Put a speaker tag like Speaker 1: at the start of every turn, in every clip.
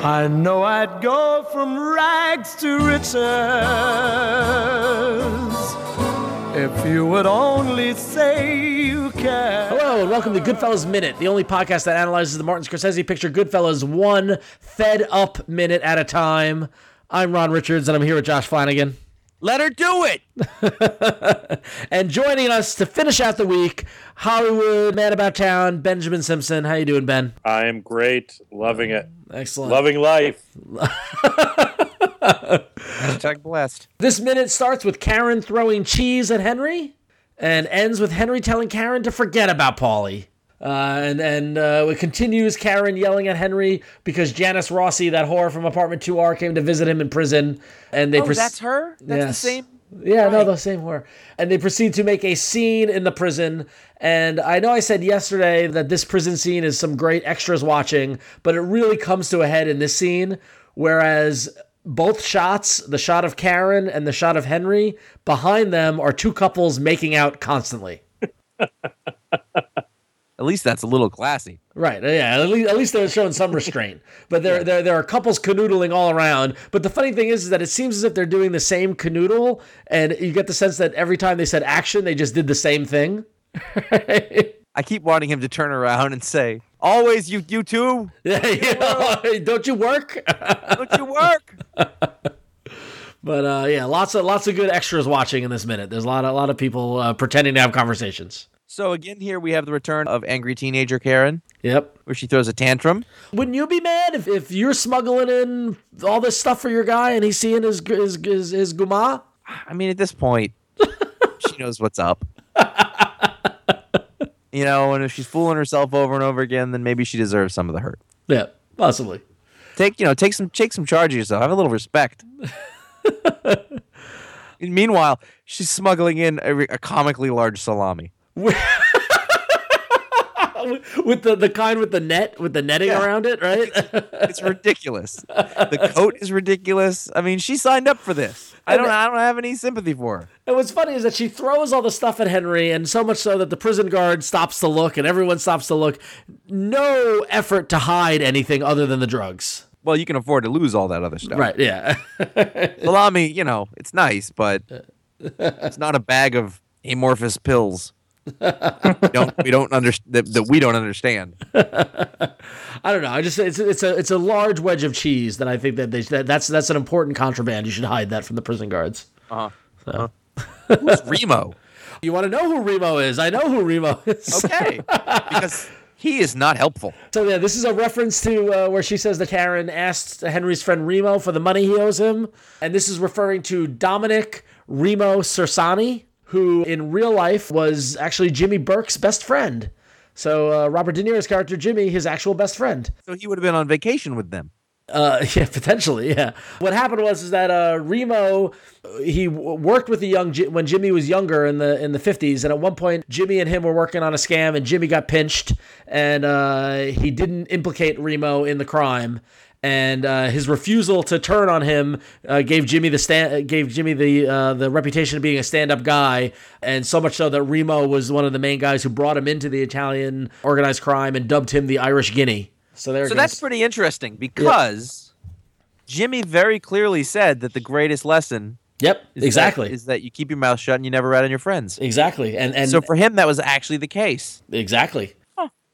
Speaker 1: I know I'd go from rags to riches if you would only say you care. Hello, and welcome to Goodfellas Minute, the only podcast that analyzes the Martin Scorsese picture Goodfellas one fed up minute at a time. I'm Ron Richards, and I'm here with Josh Flanagan.
Speaker 2: Let her do it.
Speaker 1: and joining us to finish out the week, Hollywood man about town, Benjamin Simpson. How you doing, Ben?
Speaker 3: I am great. Loving it.
Speaker 1: Excellent.
Speaker 3: Loving life.
Speaker 2: Hashtag blessed.
Speaker 1: This minute starts with Karen throwing cheese at Henry, and ends with Henry telling Karen to forget about Polly. Uh, and and uh, it continues Karen yelling at Henry because Janice Rossi, that whore from Apartment 2R, came to visit him in prison, and they.
Speaker 2: Oh,
Speaker 1: pres-
Speaker 2: that's her? That's the
Speaker 1: Yes.
Speaker 2: same?
Speaker 1: Yeah, no, the same whore. And they proceed to make a scene in the prison. And I know I said yesterday that this prison scene is some great extras watching, but it really comes to a head in this scene. Whereas both shots, the shot of Karen and the shot of Henry, behind them are two couples making out constantly.
Speaker 2: At least that's a little classy.
Speaker 1: Right. uh, Yeah. At least, at least they're showing some restraint. But there, there, there are couples canoodling all around. But the funny thing is, is that it seems as if they're doing the same canoodle, and you get the sense that every time they said action, they just did the same thing.
Speaker 2: I keep wanting him to turn around and say, Always you you two.
Speaker 1: Yeah, you know, don't you work?
Speaker 2: Don't you work?
Speaker 1: But uh, yeah, lots of lots of good extras watching in this minute. There's a lot a lot of people uh, pretending to have conversations.
Speaker 2: so again, here we have the return of angry teenager Karen,
Speaker 1: Yep.
Speaker 2: where she throws a tantrum.
Speaker 1: Wouldn't you be mad if, if you're smuggling in all this stuff for your guy and he's seeing his his his, his guma?
Speaker 2: I mean, at this point, she knows what's up. you know, and if she's fooling herself over and over again, then maybe she deserves some of the hurt.
Speaker 1: Yeah, possibly.
Speaker 2: Take you know, take some take some charge of yourself. Have a little respect. And meanwhile, she's smuggling in a, re- a comically large salami.
Speaker 1: With the, the kind with the net with the netting
Speaker 2: Yeah.
Speaker 1: around it, right?
Speaker 2: It's ridiculous. the coat is ridiculous. I mean, she signed up for this. I don't. I don't have any sympathy for her.
Speaker 1: and what's funny is that she throws all the stuff at Henry, and so much so that the prison guard stops to look, and everyone stops to look. No effort to hide anything other than the drugs.
Speaker 2: Well, you can afford to lose all that other stuff.
Speaker 1: Right? Yeah.
Speaker 2: salami, you know, it's nice, but it's not a bag of amorphous pills. we don't we don't understand that, that we don't understand.
Speaker 1: I don't know. I just it's it's a it's a large wedge of cheese that I think that they that, that's that's an important contraband. You should hide that from the prison guards.
Speaker 2: Who's Remo?
Speaker 1: You want to know who Remo is? I know who Remo is.
Speaker 2: Okay, because he is not helpful.
Speaker 1: So yeah, this is a reference to uh, where she says that Karen asked Henry's friend Remo for the money he owes him, and this is referring to Dominic Remo Cersani, who in real life was actually Jimmy Burke's best friend. So uh, Robert De Niro's character Jimmy, his actual best friend.
Speaker 2: So he would have been on vacation with them.
Speaker 1: Uh, yeah, potentially. Yeah. What happened was is that uh, Remo uh, he w- worked with the young Ji- when Jimmy was younger in the in the fifties, and at one point Jimmy and him were working on a scam, and Jimmy got pinched, and uh, he didn't implicate Remo in the crime. And uh, his refusal to turn on him uh, gave Jimmy the stand, gave Jimmy the uh, the reputation of being a stand up guy, and so much so that Remo was one of the main guys who brought him into the Italian organized crime and dubbed him the Irish Guinea. So there. it
Speaker 2: So
Speaker 1: goes.
Speaker 2: that's pretty interesting because Jimmy very clearly said that the greatest lesson
Speaker 1: yep,
Speaker 2: is that-
Speaker 1: exactly.
Speaker 2: is that you keep your mouth shut and you never rat on your friends.
Speaker 1: Exactly, and and
Speaker 2: So for him, that was actually the case.
Speaker 1: exactly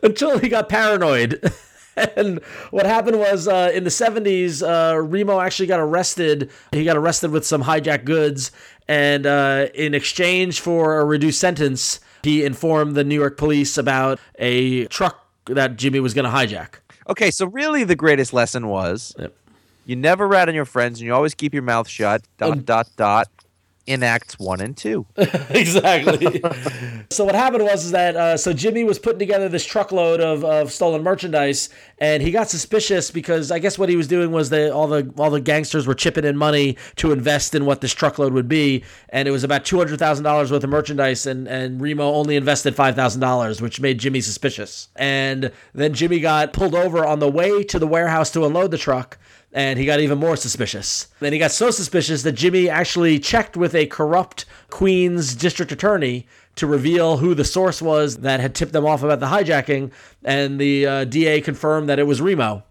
Speaker 1: until he got paranoid. and what happened was uh, in the seventies, uh, Remo actually got arrested. He got arrested with some hijacked goods, and uh, in exchange for a reduced sentence, he informed the New York police about a truck that Jimmy was going to hijack.
Speaker 2: Okay, so really the greatest lesson was
Speaker 1: Yep.
Speaker 2: you never rat on your friends and you always keep your mouth shut. Dot dot dot. In acts one and two.
Speaker 1: exactly. so what happened was is that uh, so Jimmy was putting together this truckload of, of stolen merchandise, and he got suspicious because I guess what he was doing was that all the all the gangsters were chipping in money to invest in what this truckload would be, and it was about two hundred thousand dollars worth of merchandise, and and Remo only invested five thousand dollars, which made Jimmy suspicious, and then Jimmy got pulled over on the way to the warehouse to unload the truck and he got even more suspicious. Then he got so suspicious that Jimmy actually checked with a corrupt Queens district attorney to reveal who the source was that had tipped them off about the hijacking, and the uh, DA confirmed that it was Remo.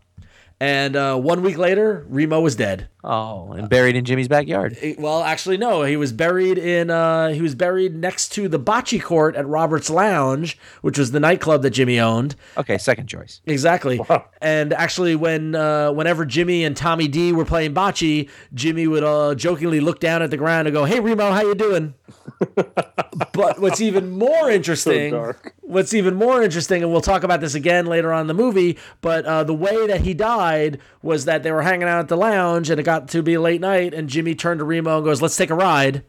Speaker 1: And uh, one week later, Remo was dead.
Speaker 2: Oh, and buried in Jimmy's backyard.
Speaker 1: It- well, actually, no. He was buried in. Uh, he was buried next to the bocce court at Robert's Lounge, which was the nightclub that Jimmy owned.
Speaker 2: Okay, second choice.
Speaker 1: Exactly. And actually, when uh, whenever Jimmy and Tommy D were playing bocce, Jimmy would uh, jokingly look down at the ground and go, "Hey Remo, how you doing?" but what's even more interesting,
Speaker 3: dark.
Speaker 1: what's even more interesting, and we'll talk about this again later on in the movie, but uh, the way that he died was that they were hanging out at the lounge, and it got to be late night, and Jimmy turned to Remo and goes, "Let's take a ride."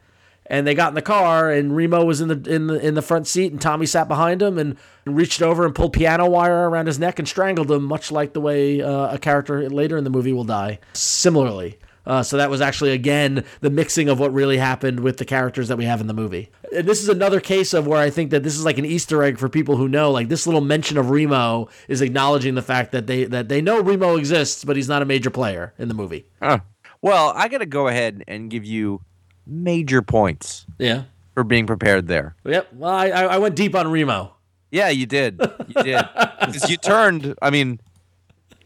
Speaker 1: and they got in the car and Remo was in the in the in the front seat and Tommy sat behind him and reached over and pulled piano wire around his neck and strangled him much like the way uh, a character later in the movie will die similarly uh, so that was actually again the mixing of what really happened with the characters that we have in the movie and this is another case of where I think that this is like an Easter egg for people who know like this little mention of Remo is acknowledging the fact that they that they know Remo exists but he's not a major player in the movie
Speaker 2: Huh. Well, I got to go ahead and give you major points
Speaker 1: yeah
Speaker 2: for being prepared there.
Speaker 1: yep well I I I went deep on Remo.
Speaker 2: Yeah, you did. You did. 'Cause you turned. I mean,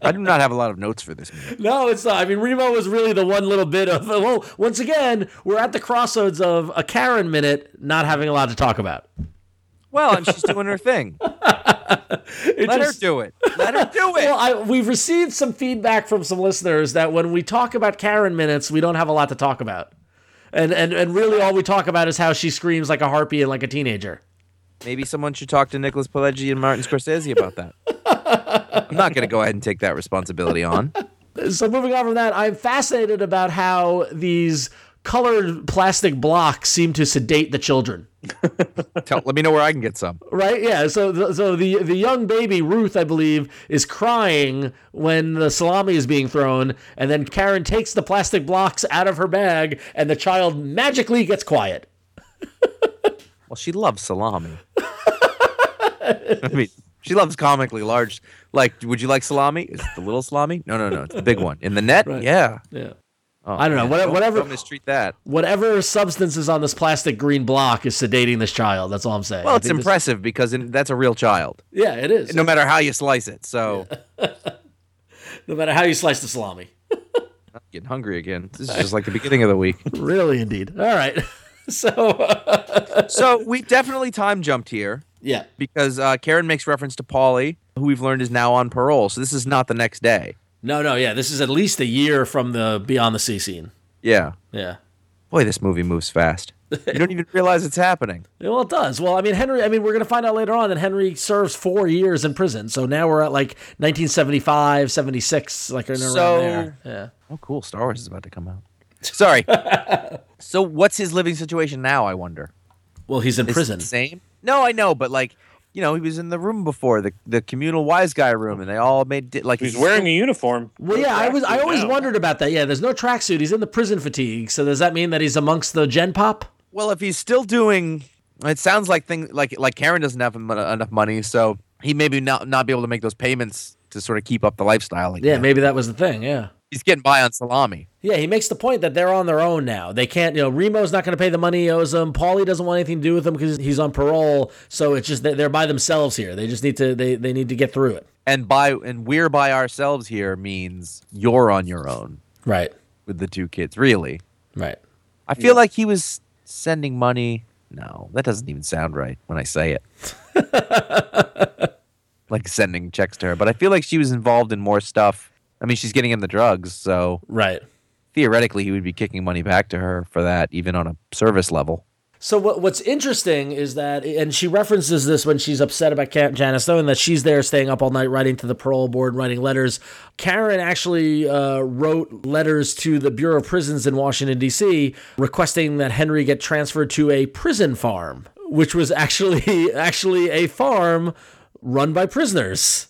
Speaker 2: I do not have a lot of notes for this movie.
Speaker 1: No, it's not. I mean, Remo was really the one little bit of. Well, once again, we're at the crossroads of a Karen minute, not having a lot to talk about.
Speaker 2: Well, and she's doing her thing.
Speaker 1: It
Speaker 2: Let her
Speaker 1: just-
Speaker 2: do it. Let her do it.
Speaker 1: Well, I, we've received some feedback from some listeners that when we talk about Karen minutes, we don't have a lot to talk about. And, and, and really, all we talk about is how she screams like a harpy and like a teenager.
Speaker 2: Maybe someone should talk to Nicholas Pileggi and Martin Scorsese about that. I'm not going to go ahead and take that responsibility on.
Speaker 1: So, moving on from that, I'm fascinated about how these colored plastic blocks seem to sedate the children.
Speaker 2: Tell, let me know where I can get some.
Speaker 1: Right? Yeah. So, the, so the the young baby Ruth, I believe, is crying when the salami is being thrown, and then Karen takes the plastic blocks out of her bag, and the child magically gets quiet.
Speaker 2: Well, she loves salami. I mean, she loves comically large. Like, would you like salami? Is it the little salami? No, no, no. It's the big one in the net. Yeah.
Speaker 1: Yeah.
Speaker 2: Oh,
Speaker 1: I don't know.
Speaker 2: man,
Speaker 1: Whatever-
Speaker 2: Don't,
Speaker 1: whatever-
Speaker 2: Don't mistreat that.
Speaker 1: Whatever substance is on this plastic green block is sedating this child. That's all I'm saying.
Speaker 2: Well,
Speaker 1: I
Speaker 2: it's
Speaker 1: think this-
Speaker 2: impressive because in, that's a real child.
Speaker 1: Yeah, it is.
Speaker 2: No matter how you slice it. So
Speaker 1: no matter how you slice the salami.
Speaker 2: I'm getting hungry again. This is just like the beginning of the week.
Speaker 1: really, indeed. All right. so, uh,
Speaker 2: So we definitely time jumped here.
Speaker 1: yeah.
Speaker 2: because uh, Karen makes reference to Polly, who we've learned is now on parole. So this is not the next day.
Speaker 1: No, no, yeah. This is at least a year from the Beyond the Sea scene.
Speaker 2: Yeah.
Speaker 1: Yeah.
Speaker 2: Boy, this movie moves fast. You don't even realize it's happening.
Speaker 1: Yeah, Well, it does. Well, I mean, Henry, I mean, we're going to find out later on that Henry serves four years in prison. So now we're at like 1975, 76, like right
Speaker 2: So-
Speaker 1: around there. Yeah.
Speaker 2: Oh, cool. Star Wars is about to come out. Sorry. so what's his living situation now, I wonder?
Speaker 1: Well, he's in
Speaker 2: Is it
Speaker 1: prison.
Speaker 2: the same? No, I know, but like, you know, he was in the room before, the, the communal wise guy room, and they all made, di- like,
Speaker 3: He's wearing a uniform.
Speaker 1: Well, yeah, I was. I always
Speaker 3: now.
Speaker 1: wondered about that. Yeah, there's no tracksuit. He's in the prison fatigue. So does that mean that he's amongst the Gen Pop?
Speaker 2: Well, if he's still doing, it sounds like things like like Karen doesn't have em- enough money, so he maybe not not be able to make those payments to sort of keep up the lifestyle. Like
Speaker 1: Yeah,
Speaker 2: that.
Speaker 1: maybe that was the thing. Yeah.
Speaker 2: he's getting by on salami.
Speaker 1: Yeah, he makes the point that they're on their own now. They can't, you know, Remo's not going to pay the money he owes them. Paulie doesn't want anything to do with them because he's on parole. So it's just that they're by themselves here. They just need to, they, they need to get through it.
Speaker 2: And by and we're by ourselves here means you're on your own
Speaker 1: Right.
Speaker 2: with the two kids. Really,
Speaker 1: Right.
Speaker 2: I feel like he was sending money. No, that doesn't even sound right when I say it. like sending checks to her, but I feel like she was involved in more stuff. I mean, she's getting him the drugs, so
Speaker 1: Right.
Speaker 2: theoretically he would be kicking money back to her for that even on a service level
Speaker 1: So what what's interesting is that, and she references this when she's upset about Ca- Janice Stone that she's there staying up all night writing to the parole board, writing letters. Karen actually uh, wrote letters to the Bureau of Prisons in Washington D.C. requesting that Henry get transferred to a prison farm, which was actually actually a farm run by prisoners.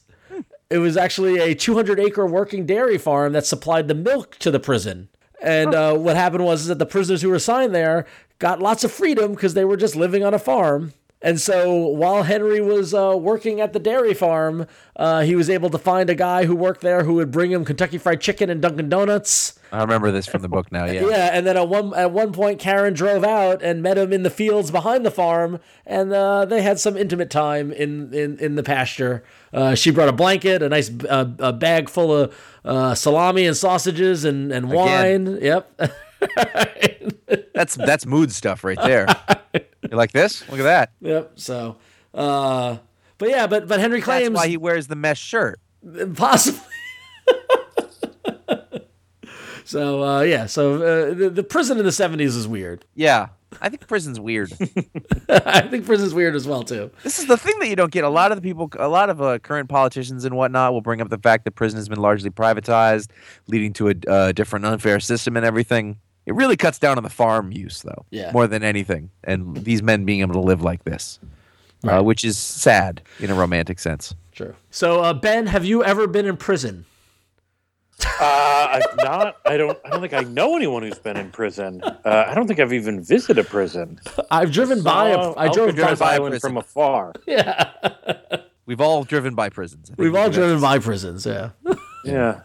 Speaker 1: It was actually a 200 acre working dairy farm that supplied the milk to the prison. And uh, what happened was that the prisoners who were assigned there got lots of freedom because they were just living on a farm. And so while Henry was uh, working at the dairy farm, uh, he was able to find a guy who worked there who would bring him Kentucky Fried Chicken and Dunkin' Donuts.
Speaker 2: i remember this from the book now yeah,
Speaker 1: Yeah, and then at one at one point, Karen drove out and met him in the fields behind the farm, and uh, they had some intimate time in in, in the pasture. Uh, she brought a blanket, a nice uh, a bag full of uh, salami and sausages and and wine. Yep.
Speaker 2: that's that's mood stuff right there you like this look at that
Speaker 1: yep. So. Uh, but yeah, but but Henry
Speaker 2: that's
Speaker 1: claims
Speaker 2: why he wears the mesh shirt
Speaker 1: possibly. so uh, yeah, so uh, the, the prison in the seventies is weird.
Speaker 2: yeah i think prison's weird
Speaker 1: I think prison's weird as well too.
Speaker 2: this is the thing that you don't get a lot of the people a lot of uh, current politicians and whatnot will bring up the fact that prison has been largely privatized leading to a uh, different unfair system and everything it really cuts down on the farm use though
Speaker 1: Yeah.
Speaker 2: more than anything and these men being able to live like this uh, which is sad in a romantic sense
Speaker 1: True. So, uh, Ben, have you ever been in prison?
Speaker 3: Uh, I've not. I don't. I don't think I know anyone who's been in prison. Uh, I don't think I've even visited a prison.
Speaker 1: I've driven by. A,
Speaker 3: Uh,
Speaker 1: I drove by.
Speaker 3: Elfin
Speaker 2: by a
Speaker 3: Island
Speaker 2: prison.
Speaker 3: from afar.
Speaker 2: We've all driven by prisons. I think
Speaker 1: We've
Speaker 2: we
Speaker 1: all
Speaker 2: can-
Speaker 1: driven by prisons. Yeah.
Speaker 3: Yeah.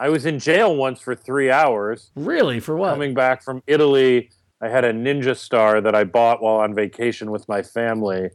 Speaker 3: I was in jail once for three hours.
Speaker 1: Really? For what?
Speaker 3: Coming back from Italy, I had a ninja star that I bought while on vacation with my family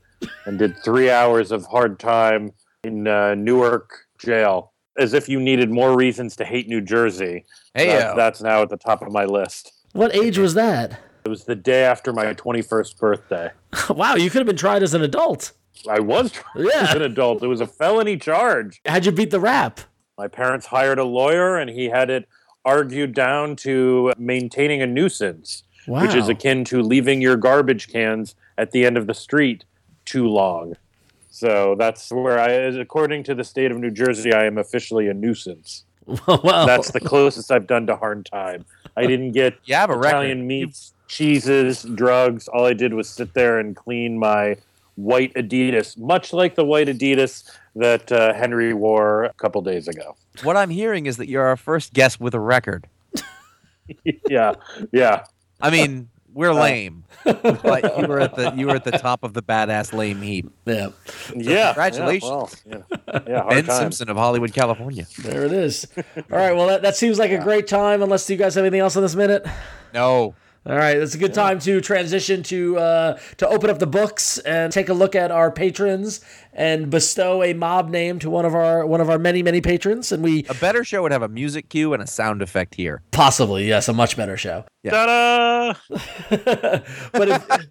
Speaker 3: and did three hours of hard time in uh, Newark jail. As if you needed more reasons to hate New Jersey.
Speaker 2: Hey, uh,
Speaker 3: That-
Speaker 2: yo.
Speaker 3: that's now at the top of my list.
Speaker 1: what age was that?
Speaker 3: It was the day after my 21st birthday.
Speaker 1: wow, you could have been tried as an adult.
Speaker 3: I was tried as an
Speaker 1: Yeah.
Speaker 3: adult. It was a felony charge.
Speaker 1: How'd you beat the rap?
Speaker 3: My parents hired a lawyer and he had it argued down to maintaining a nuisance,
Speaker 1: Wow.
Speaker 3: which is akin to leaving your garbage cans at the end of the street too long. So that's where I, as- according to the state of New Jersey, I am officially a nuisance.
Speaker 2: Oh.
Speaker 1: wow.
Speaker 3: That's the closest I've done to hard time. I didn't get
Speaker 2: You have a
Speaker 3: Italian
Speaker 2: record.
Speaker 3: meats, cheeses, drugs. All I did was sit there and clean my white Adidas, much like the white Adidas that uh, Henry wore a couple days ago.
Speaker 2: What I'm hearing is that you're our first guest with a record.
Speaker 3: yeah, yeah.
Speaker 2: I mean, we're
Speaker 1: Oh.
Speaker 2: lame, but you were at the you were at the top of the badass lame heap.
Speaker 1: yeah.
Speaker 3: yeah.
Speaker 2: congratulations.
Speaker 3: Yeah, well, yeah. Yeah, hard
Speaker 2: Ben
Speaker 3: time.
Speaker 2: Simpson of Hollywood, California.
Speaker 1: There it is. All right. Well, that, that seems like a great time. Unless you guys have anything else on this minute.
Speaker 2: No,
Speaker 1: All right, that's a good time to transition to uh, to open up the books and take a look at our patrons and bestow a mob name to one of our one of our many many patrons, and we
Speaker 2: a better show would have a music cue and a sound effect here.
Speaker 1: possibly yes, a much better show.
Speaker 3: Ta-da!
Speaker 1: but if,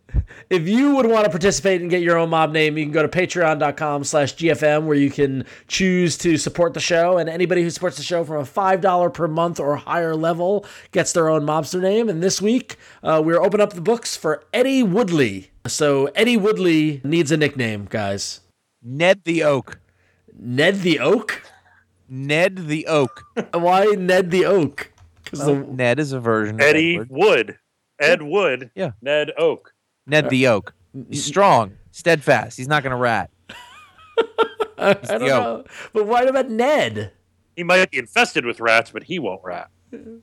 Speaker 1: if you would want to participate and get your own mob name you can go to patreon.com slash gfm where you can choose to support the show and anybody who supports the show from a $5 per month or higher level gets their own mobster name and this week uh, we're opening up the books for eddie woodley so eddie woodley needs a nickname guys
Speaker 2: Ned the Oak.
Speaker 1: ned the oak
Speaker 2: Ned the Oak.
Speaker 1: why ned the oak 'Cause the-
Speaker 2: Ned is a version of
Speaker 3: Eddie
Speaker 2: Edward.
Speaker 3: Wood, Ed Wood,
Speaker 2: Yeah.
Speaker 3: Ned Oak.
Speaker 2: Ned the Oak. He's strong, steadfast. He's not going to rat.
Speaker 1: i don't
Speaker 2: Yo.
Speaker 1: know but what about ned
Speaker 3: He might be infested with rats, but he won't rat.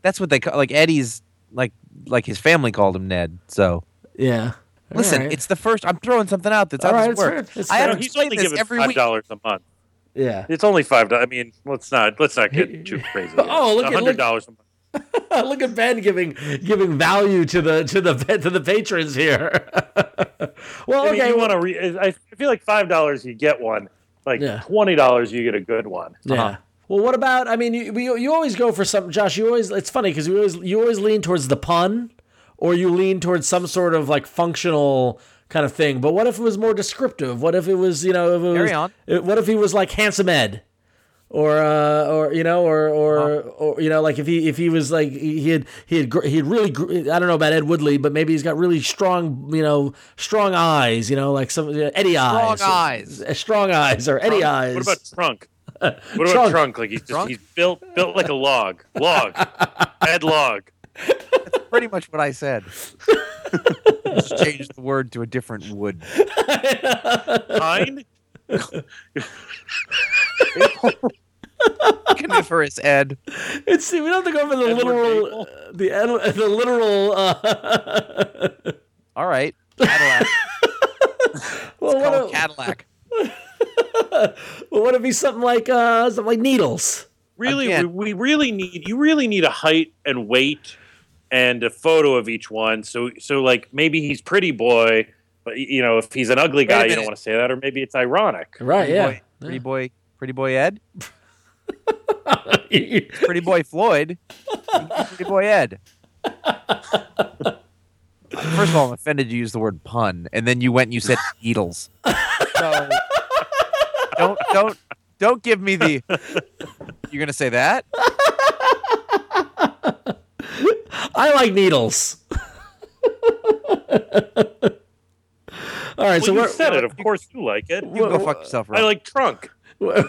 Speaker 2: That's what they call like Eddie's like like his family called him Ned. So
Speaker 1: yeah All
Speaker 2: listen,
Speaker 1: right.
Speaker 2: it's the first. I'm throwing something out that's
Speaker 1: All
Speaker 2: out
Speaker 1: right,
Speaker 2: of
Speaker 1: it's
Speaker 2: his work.
Speaker 1: fair. It's
Speaker 2: I
Speaker 1: fair.
Speaker 2: have
Speaker 3: No,
Speaker 2: to
Speaker 3: he's
Speaker 2: explain
Speaker 3: only
Speaker 2: this
Speaker 3: given
Speaker 2: every
Speaker 3: five
Speaker 2: week.
Speaker 3: dollars a month.
Speaker 1: yeah
Speaker 3: It's only five dollars. I mean, let's not let's not get too crazy.
Speaker 1: Oh, look at- look-
Speaker 3: hundred dollars a month.
Speaker 1: Look at Ben giving giving value to the to the to the patrons here. well,
Speaker 3: I mean,
Speaker 1: okay.
Speaker 3: you want to. Re- I feel like five dollars you get one. Like
Speaker 1: Yeah.
Speaker 3: twenty dollars you get a good one. Uh-huh.
Speaker 1: yeah.
Speaker 2: Uh-huh.
Speaker 1: Well, what about? I mean, you we, you always go for some. Josh, you always. It's funny because you always you always lean towards the pun, or you lean towards some sort of like functional kind of thing. But what if it was more descriptive? What if it was you know? If it was,
Speaker 2: Carry on.
Speaker 1: it- What if he was like handsome Ed? Or, uh, or you know, or, or,
Speaker 2: Uh-huh.
Speaker 1: or you know, like if he if he was like he he had he had gr- he had really gr- I don't know about Ed Woodley, but maybe he's got really strong you know strong eyes, you know, like some yeah, Eddie eyes,
Speaker 2: eyes. Uh-huh.
Speaker 1: Uh, strong eyes, or Eddie eyes.
Speaker 3: What about trunk? What
Speaker 1: Trunk.
Speaker 3: about trunk? Like he's just
Speaker 2: Trunk?
Speaker 3: he's built built like a log. Log. Ed log.
Speaker 2: Pretty much what I said. Just changed the word to a different wood.
Speaker 3: Pine.
Speaker 2: Coniferous Ed.
Speaker 1: It's we don't have to go for the
Speaker 3: Edward
Speaker 1: literal, uh, the ed- the literal. Uh,
Speaker 2: All right. Cadillac.
Speaker 1: well, what,
Speaker 2: Call
Speaker 1: if,
Speaker 2: him Cadillac.
Speaker 1: well, what if he's something like uh, something like needles?
Speaker 3: Really,
Speaker 2: Again.
Speaker 3: we, we really need you. Really need a height and weight, and a photo of each one. So so like maybe he's pretty boy, but you know if he's an ugly
Speaker 2: a
Speaker 3: guy, you
Speaker 2: minute.
Speaker 3: don't want to say that, or maybe it's ironic.
Speaker 1: Right?
Speaker 2: Boy, pretty boy. Pretty boy Ed.
Speaker 1: Yeah.
Speaker 2: Pretty boy Floyd. Pretty boy Ed. First of all, I'm offended you used the word pun, and then you went and you said needles. So don't don't don't give me the. You're gonna say that?
Speaker 1: I like needles. All right,
Speaker 3: Well,
Speaker 1: so
Speaker 3: you
Speaker 1: we're,
Speaker 3: said it. Of course, you like it.
Speaker 2: You can go fuck yourself.
Speaker 3: I
Speaker 2: Rob.
Speaker 3: like trunk.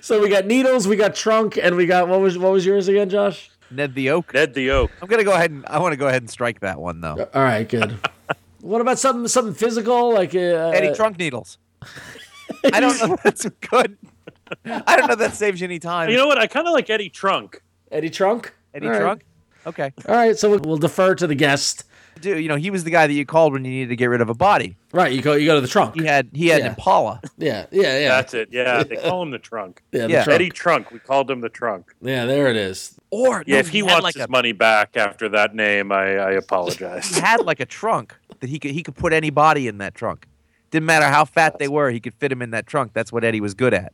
Speaker 1: so we got needles, we got trunk, and we got what was what was yours again, Josh?
Speaker 2: Ned the Oak.
Speaker 3: Ned the oak.
Speaker 2: I'm gonna go ahead and I want to go ahead and strike that one though.
Speaker 1: All right, good. what about something something physical like uh,
Speaker 2: Eddie Trunk Needles. I don't know if that's good. I don't know if that saves you any time.
Speaker 3: You know what? I kind of like Eddie Trunk.
Speaker 1: Eddie Trunk.
Speaker 2: Eddie
Speaker 1: All right.
Speaker 2: Trunk. Okay.
Speaker 1: All right, so we'll- we'll defer to the guest.
Speaker 2: Do you know he was the guy that you called when you needed to get rid of a body?
Speaker 1: Right, you go you go to the trunk.
Speaker 2: He had he had
Speaker 1: Yeah.
Speaker 2: an Impala.
Speaker 1: Yeah, yeah, yeah.
Speaker 3: That's it. Yeah, they call him the trunk.
Speaker 1: yeah, the
Speaker 2: yeah.
Speaker 1: trunk.
Speaker 3: Eddie Trunk. We called him the trunk.
Speaker 1: Yeah, there it is.
Speaker 2: Or
Speaker 3: Yeah,
Speaker 2: no,
Speaker 3: if he,
Speaker 2: had
Speaker 3: wants
Speaker 2: like
Speaker 3: his
Speaker 2: a,
Speaker 3: money back after that name, I, I
Speaker 2: he
Speaker 3: apologize.
Speaker 2: had like a trunk that he could he could put any body in that trunk. Didn't matter how fat they were, he could fit him in that trunk. That's what Eddie was good at.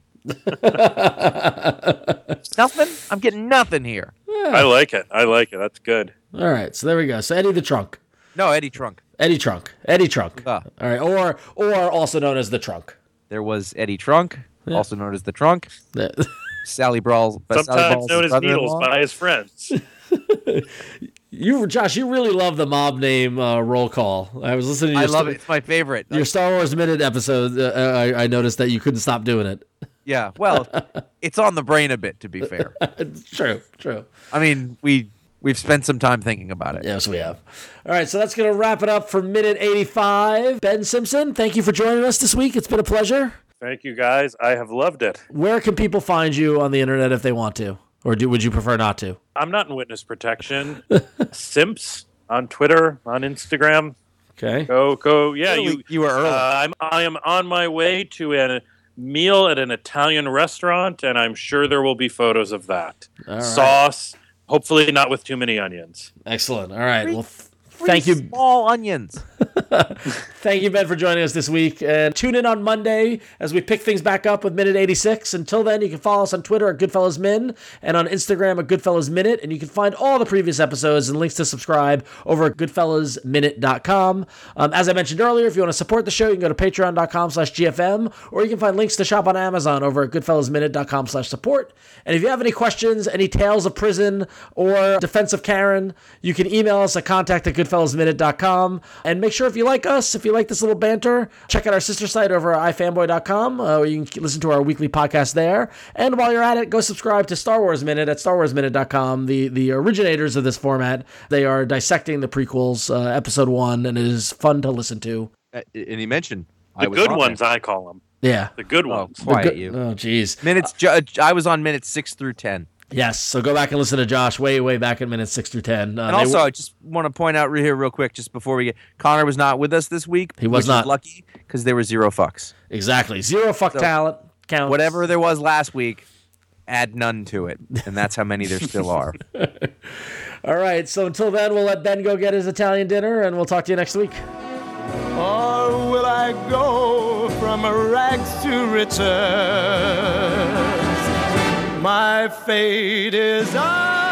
Speaker 2: nothing. I'm getting nothing here.
Speaker 3: I like it. I like it. That's good.
Speaker 1: All right, so there we go. So Eddie the trunk.
Speaker 2: No, Eddie Trunk.
Speaker 1: Eddie Trunk. Eddie Trunk.
Speaker 2: Ah.
Speaker 1: All right. Or or also known as the Trunk.
Speaker 2: There was Eddie Trunk, also known as the Trunk.
Speaker 1: The-
Speaker 2: Sally Brawls, but Sally
Speaker 4: Sometimes
Speaker 2: Brawls
Speaker 4: known as Needles
Speaker 2: brother-in-law.
Speaker 4: by his friends.
Speaker 1: You Josh, you really love the mob name uh, roll call. I was listening to
Speaker 2: I
Speaker 1: your
Speaker 2: love
Speaker 1: Star-
Speaker 2: it. It's my favorite.
Speaker 1: Your Star Wars minute episode, uh, I, I noticed that you couldn't stop doing it.
Speaker 2: yeah. Well, it's on the brain a bit, to be fair.
Speaker 1: True, true.
Speaker 2: I mean, we we've spent some time thinking about it.
Speaker 1: Yes, we have. All right, so that's going to wrap it up for minute 85. Ben Simpson, thank you for joining us this week. It's been a pleasure.
Speaker 3: Thank you guys. I have loved it.
Speaker 1: Where can people find you on the internet if they want to? Or do, would you prefer not to?
Speaker 3: I'm not in witness protection. Simps on Twitter, on Instagram.
Speaker 1: Okay.
Speaker 3: Go, go. Yeah, you.
Speaker 2: were early.
Speaker 3: Uh, I'm. I am on my way to a meal at an Italian restaurant, and I'm sure there will be photos of that
Speaker 1: All right.
Speaker 3: sauce. Hopefully, not with too many onions.
Speaker 1: Excellent. All right. Well, th-
Speaker 2: Three
Speaker 1: thank you.
Speaker 2: Small onions.
Speaker 1: Thank you, Ben, for joining us this week. And tune in on Monday as we pick things back up with Minute 86. Until then, you can follow us on Twitter at Goodfellas Min and on Instagram at Goodfellas Minute. And you can find all the previous episodes and links to subscribe over at goodfellasminute.com. Um, as I mentioned earlier, if you want to support the show, you can go to patreon.com slash GFM, or you can find links to shop on Amazon over at goodfellasminute.com slash support. And if you have any questions, any tales of prison or defense of Karen, you can email us at contact at goodfellasminute.com. And make sure if you like us, if you like this little banter, check out our sister site over at ifanboy.com. Uh, where you can listen to our weekly podcast there. And while you're at it, go subscribe to Star Wars Minute at starwarsminute.com, the, the originators of this format. They are dissecting the prequels, uh, episode one, and it is fun to listen to.
Speaker 2: Uh, and he mentioned
Speaker 3: The
Speaker 2: I was
Speaker 3: good
Speaker 2: on
Speaker 3: ones,
Speaker 2: there.
Speaker 3: I call them.
Speaker 1: Yeah.
Speaker 3: The good
Speaker 2: Oh,
Speaker 3: ones.
Speaker 2: quiet
Speaker 1: Good-
Speaker 2: you.
Speaker 1: Oh, jeez.
Speaker 2: Minutes. ju- uh, I was on minutes six through ten.
Speaker 1: Yes. So go back and listen to Josh way, way back in minutes six through 10. Uh,
Speaker 2: And
Speaker 1: they-
Speaker 2: also, I just want to point out re- here real quick, just before we get Connor was not with us this week.
Speaker 1: He was
Speaker 2: which is
Speaker 1: not.
Speaker 2: lucky because there were zero fucks.
Speaker 1: Exactly. Zero fuck talent counts.
Speaker 2: Whatever there was last week, add none to it, and that's how many there still are.
Speaker 1: All right. So until then, we'll let Ben go get his Italian dinner, and we'll talk to you next week.
Speaker 5: Or will I go from rags to riches? My fate is I.